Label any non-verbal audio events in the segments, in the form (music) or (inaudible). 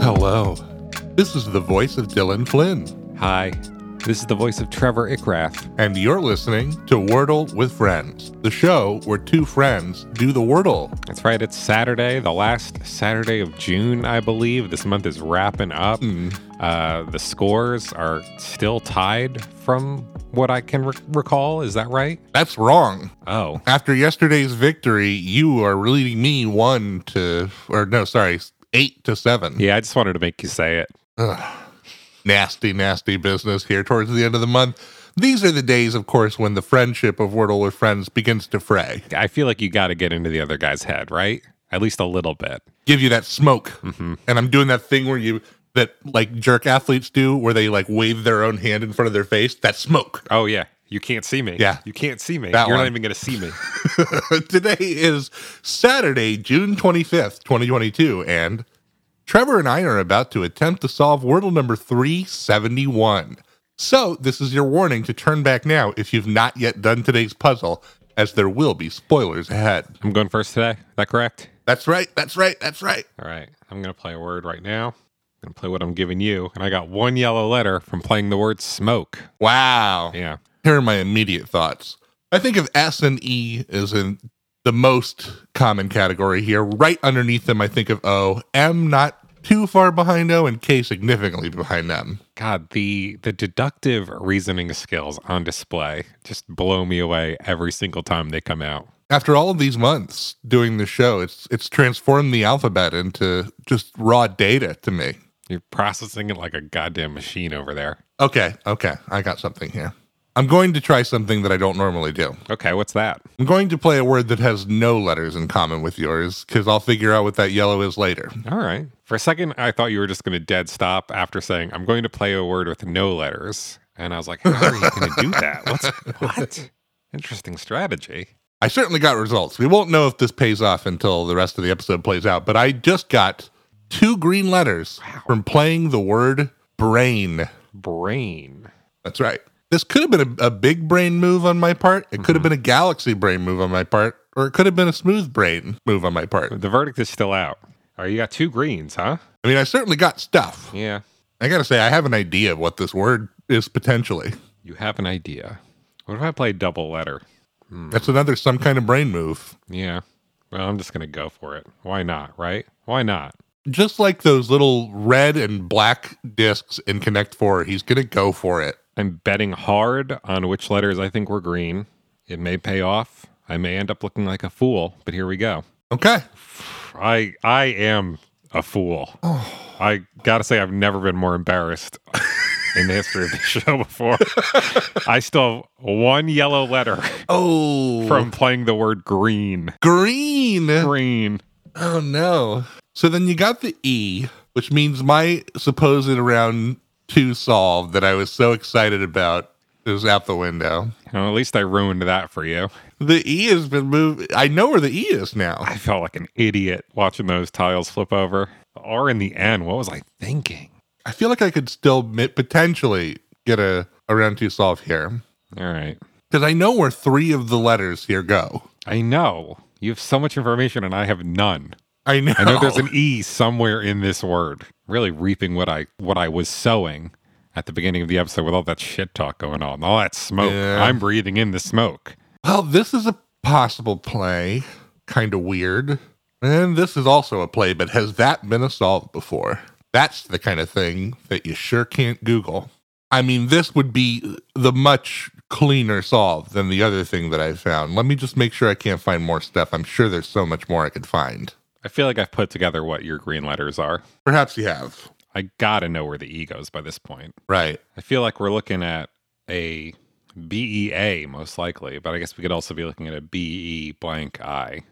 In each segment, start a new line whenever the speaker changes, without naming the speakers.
Hello. This is the voice of Dylan Flynn,
Hi, this is the voice of Trevor Ickrath.
and you're listening to Wordle with Friends, the show where two friends do the Wordle.
That's right, it's Saturday, the last Saturday of June, I believe. This month is wrapping up. Uh, the scores are still tied from what I can re- recall. Is that right?
That's wrong.
Oh,
After yesterday's victory, you are leading me one to, or no, sorry, eight to seven.
yeah, I just wanted to make you say it.
nasty, nasty business here towards the end of the month. These are the days, of course, when the friendship of Wordle with Friends begins to fray.
I feel like you got to get into the other guy's head, right? At least a little bit.
Give you that smoke. And I'm doing that thing where you, that like jerk athletes do, where they like wave their own hand in front of their face. That smoke. (laughs)
Oh, yeah. You can't see me.
Yeah.
You can't see me.
That
You're
one.
not even going to see me.
Today is Saturday, June 25th, 2022. And Trevor and I are about to attempt to solve Wordle number 371. So this is your warning to turn back now if you've not yet done today's puzzle, as there will be spoilers ahead.
(laughs) I'm going first today. Is that correct?
That's right. That's right. That's right.
All right, I'm gonna play a word right now. I'm gonna play what I'm giving you, and I got one yellow letter from playing the word smoke.
Wow.
Yeah,
Here are my immediate thoughts. I think of S and E as in the most common category here. Right underneath them, I think of O. M not too far behind O, and K significantly behind M.
God, the the deductive reasoning skills on display just blow me away every single time they come out.
After all of these months doing the show, it's it's transformed the alphabet into just raw data to me.
You're processing it like a goddamn machine over there.
Okay, okay, I got something here. I'm going to try something that I don't normally do.
Okay, what's that?
I'm going to play a word that has no letters in common with yours because I'll figure out what that yellow is later.
All right. For a second, I thought you were just gonna dead stop after saying I'm going to play a word with no letters, and I was like, how are you gonna do that? What's what? Interesting strategy.
I certainly got results. We won't know if this pays off until the rest of the episode plays out, but I just got two green letters from playing the word brain.
Brain.
That's right. This could have been a, a big brain move on my part. It could have been a galaxy brain move on my part, or it could have been a smooth brain move on my part.
The verdict is still out. Oh, you got two greens, huh?
I mean, I certainly got stuff.
Yeah.
I got to say, I have an idea of what this word is potentially.
You have an idea. What if I play double letter?
That's another some kind of brain move.
Yeah. Well, I'm just going to go for it. Why not, right? Why not?
Just like those little red and black discs in Connect 4, he's going to go for it.
I'm betting hard on which letters I think were green. It may pay off. I may end up looking like a fool, but here we go.
Okay.
I I am a fool. I gotta say, I've never been more embarrassed (laughs) in the history of the show before. (laughs) I still have one yellow letter
Oh,
from playing the word green.
green.
Green.
Oh no. So then you got the E, which means my supposed round two solve that I was so excited about is out the window.
Well, at least I ruined that for you.
The E has been moved. I know where the E is now.
I felt like an idiot watching those tiles flip over. Or in the end, what was I thinking?
I feel like I could still mi- potentially get a, a round two solve here
All right.
because I know where three of the letters here go.
I know. You have so much information and I have none.
I know.
I know
(laughs)
there's an E somewhere in this word. Really reaping what I what I was sowing at the beginning of the episode with all that shit talk going on. All that smoke.
Yeah.
I'm breathing in the smoke.
Well, this is a possible play, kind of weird. And this is also a play, but has that been a solve before? That's the kind of thing that you sure can't Google. I mean, this would be the much cleaner solve than the other thing that I found. Let me just make sure I can't find more stuff. I'm sure there's so much more I could find.
I feel like I've put together what your green letters are.
Perhaps you have.
I gotta know where the E goes by this point.
Right.
I feel like we're looking at a BEA most likely, but I guess we could also be looking at a BE blank I.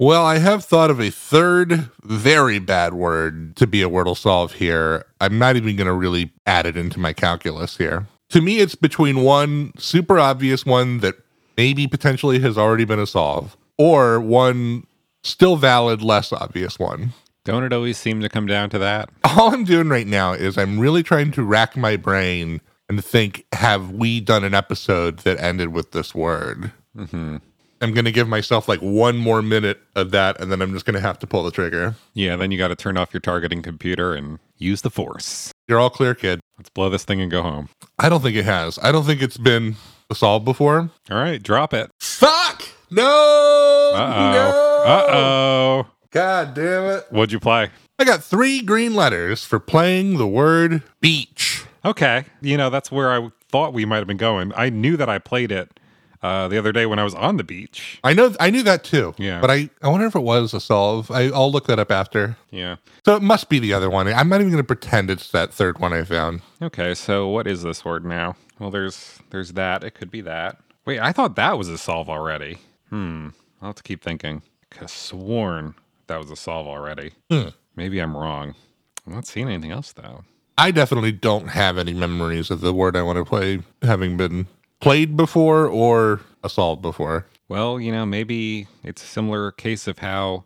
Well, I have thought of a third very bad word to be a wordle solve here. I'm not even going to really add it into my calculus here. To me, it's between one super obvious one that maybe potentially has already been a solve or one still valid, less obvious one.
Don't it always seem to come down to that?
All I'm doing right now is I'm really trying to rack my brain and think have we done an episode that ended with this word?
Mm-hmm.
I'm going to give myself like one more minute of that and then I'm just going to have to pull the trigger.
Yeah, then you got to turn off your targeting computer and use the force.
You're all clear, kid.
Let's blow this thing and go home.
I don't think it has. I don't think it's been solved before.
All right, drop it.
Fuck! No!
Uh oh. Uh oh.
God damn it.
What'd you play?
I got three green letters for playing the word beach.
Okay. You know, that's where I thought we might have been going. I knew that I played it uh, the other day when I was on the beach.
I know I knew that too.
Yeah.
But I, I wonder if it was a solve. I, I'll look that up after.
Yeah.
So it must be the other one. I'm not even going to pretend it's that third one I found.
Okay, so what is this word now? Well, there's there's that. It could be that. Wait, I thought that was a solve already. Hmm. I'll have to keep thinking. Could have sworn that was a solve already.
Hmm.
Maybe I'm wrong. I'm not seeing anything else though.
I definitely don't have any memories of the word I want to play having been played before or solved before.
Well, you know, maybe it's a similar case of how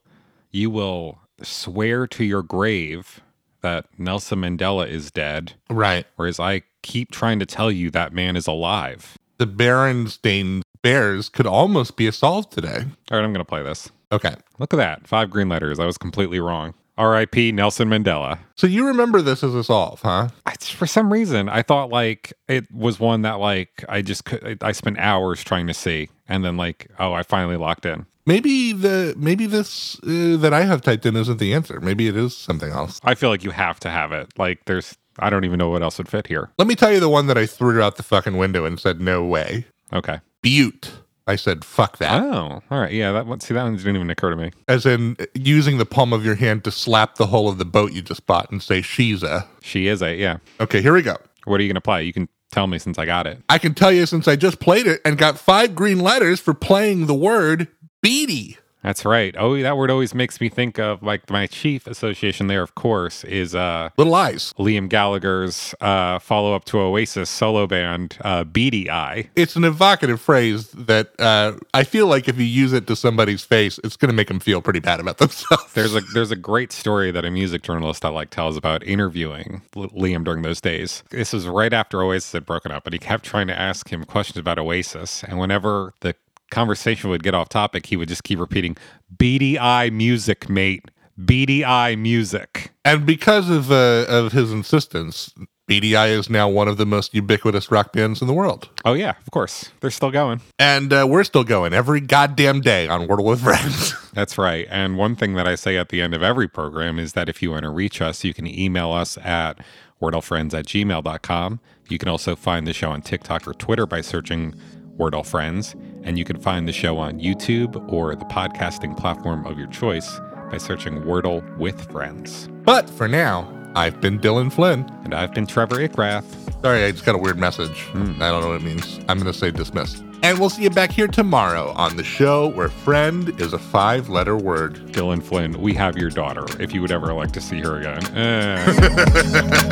you will swear to your grave that Nelson Mandela is dead,
Right.
whereas I keep trying to tell you that man is alive.
The Berenstain Bears could almost be a solve today.
All right, I'm going to play this.
Okay.
Look at that. Five green letters. I was completely wrong. R.I.P. Nelson Mandela.
So you remember this as a solve, huh?
I, for some reason, I thought like it was one that like I just could, I spent hours trying to see, and then like oh, I finally locked in.
Maybe the maybe this uh, that I have typed in isn't the answer. Maybe it is something else.
I feel like you have to have it. Like there's, I don't even know what else would fit here.
Let me tell you the one that I threw out the fucking window and said no way.
Okay.
Butte. I said fuck that.
Oh, all right. Yeah, that one. See, that one didn't even occur to me.
As in uh, using the palm of your hand to slap the hull of the boat you just bought and say she's a.
She is a yeah.
Okay, here we go.
What are you gonna play? You can tell me since I got it.
I can tell you since I just played it and got five green letters for playing the word beady.
That's right. Oh, that word always makes me think of like my chief association there. Of course, is uh
Little eyes.
Liam Gallagher's uh follow up to Oasis solo band uh Beady Eye.
It's an evocative phrase that uh, I feel like if you use it to somebody's face, it's going to make them feel pretty bad about themselves.
There's a there's a great story that a music journalist I like tells about interviewing L- Liam during those days. This was right after Oasis had broken up, and he kept trying to ask him questions about Oasis. And whenever the conversation would get off topic, he would just keep repeating "BDI music, mate, BDI music."
And because of uh, of his insistence, BDI is now one of the most ubiquitous rock bands in the world.
Oh yeah, of course, they're still going.
And uh, we're still going every goddamn day on Wordle with Friends.
That's right. And one thing that I say at the end of every program is that if you want to reach us, you can email us at wordlefriends at gmail.com. You can also find the show on TikTok or Twitter by searching Wordle Friends. And you can find the show on YouTube or the podcasting platform of your choice by searching Wordle with Friends.
(laughs) but for now, I've been Dylan Flynn.
And I've been Trevor Ickrath.
Sorry, I just got a weird message. I don't know what it means. I'm going to say dismissed. And we'll see you back here tomorrow on the show where friend is a five letter word.
Dylan Flynn, we have your daughter if you would ever like to see her again. Eh.